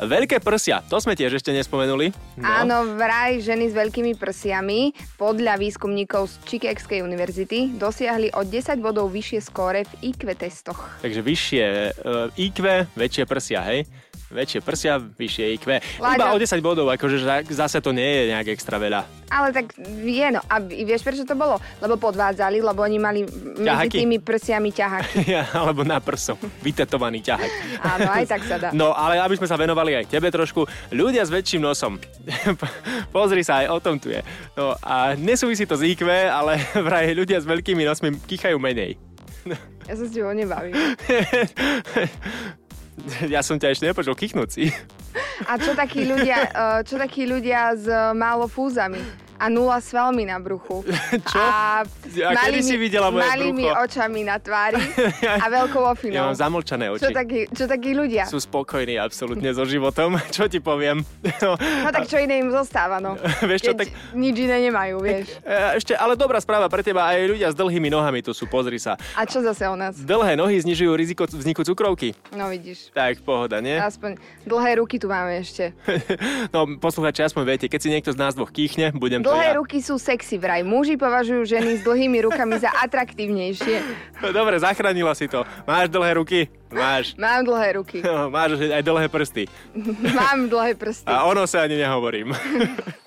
Veľké prsia, to sme tiež ešte nespomenuli. No, Áno, vraj ženy s veľkými prsiami podľa výskumníkov z Chicagskej univerzity dosiahli o 10 bodov vyššie skóre v IQ testoch. Takže vyššie e, IQ, väčšie prsia, hej? Väčšie prsia, vyššie IQ. Láďo. Iba o 10 bodov, akože za- zase to nie je nejak extra veľa. Ale tak je, no. A vieš, prečo to bolo? Lebo podvádzali, lebo oni mali medzi Ťahaky. tými prsiami ťahaky. Ja, Alebo na prso, vytetovaný ťahák. Áno, aj tak sa dá. No, ale aby sme sa venovali aj tebe trošku, ľudia s väčším nosom. Pozri sa, aj o tom tu je. No a nesúvisí to s IQ, ale vraj ľudia s veľkými nosmi kýchajú menej. Ja sa s tebou nebavím. ja som ťa ešte nepočul kýchnúť si. A čo takí ľudia, eh, čo takí ľudia s eh, málo fúzami? A nula svalmi na bruchu. Čo? A A, kedy malými- si videla moje malými brucho? očami na tvári a veľkou Ja ofinou. mám zamlčané oči. No. čo, takí, čo takí ľudia? Sú spokojní absolútne so životom, čo ti poviem. No, No tak čo iné im zostáva, no. Vieš čo, Keď tak- nič iné nemajú, vieš. E, Ešte, ale dobrá správa pre teba, aj ľudia s dlhými nohami tu sú, pozri sa. A čo zase o nás? Dlhé nohy znižujú riziko vzniku cukrovky. No vidíš. Tak, pohoda, nie? Aspoň dlhé ruky tu máme ešte. No, posluchači, aspoň viete, keď si niekto z nás dvoch kýchne, budem to ja. Dlhé ruky sú sexy vraj. Muži považujú ženy s dlhými rukami za atraktívnejšie. No, Dobre, zachránila si to. Máš dlhé ruky? Máš. Mám dlhé ruky. No, máš aj dlhé prsty. Mám dlhé prsty. A ono sa ani nehovorím.